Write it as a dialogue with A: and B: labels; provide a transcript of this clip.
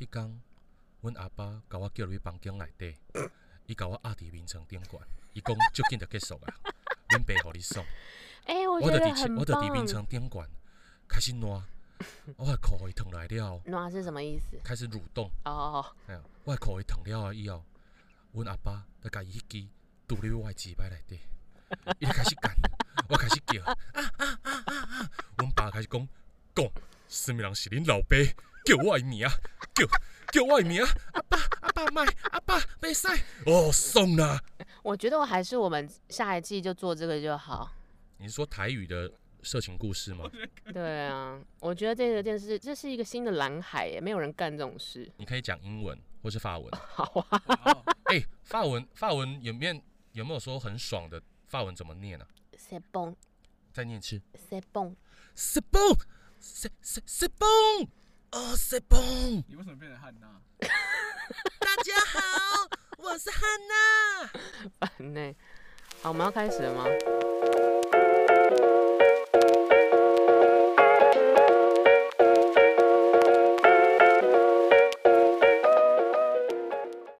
A: 迄天，阮阿爸甲我叫入去房间内底，伊甲我压伫眠床顶悬，伊讲最紧就结束啊，恁爸互你爽。
B: 哎、我
A: 我就
B: 觉得
A: 伫前
B: 很
A: 我就伫眠
B: 棒。
A: 床顶悬开始暖，我的裤伊脱来了，
B: 暖是什么意思？
A: 开始蠕动。
B: 哦，
A: 哎呀，我的裤伊脱了以后，阮阿爸就甲伊迄支拄入我的指摆内 底，伊就开始干，我开始叫，啊啊啊啊啊！阮爸开始讲讲，什物人是恁老爸？叫我的名，叫叫我的名，阿爸阿爸麦阿爸袂使，哦爽啦！
B: 我觉得我还是我们下一季就做这个就好。
A: 你是说台语的色情故事 吗？
B: 对啊，我觉得这个电视这是一个新的蓝海耶，没有人干这种事。
A: 你可以讲英文或是法文。
B: 好啊，
A: 哎、法文法文有面有没有说很爽的法文怎么念啊？
B: 塞崩
A: 再念一次
B: 塞崩，
A: ，c'est bon，c'est c'est c'est bon，哦、c'est bon，
C: 你为什么变成汉娜？
A: 大家好，我是汉娜。
B: 烦呢。好，我们要开始了吗？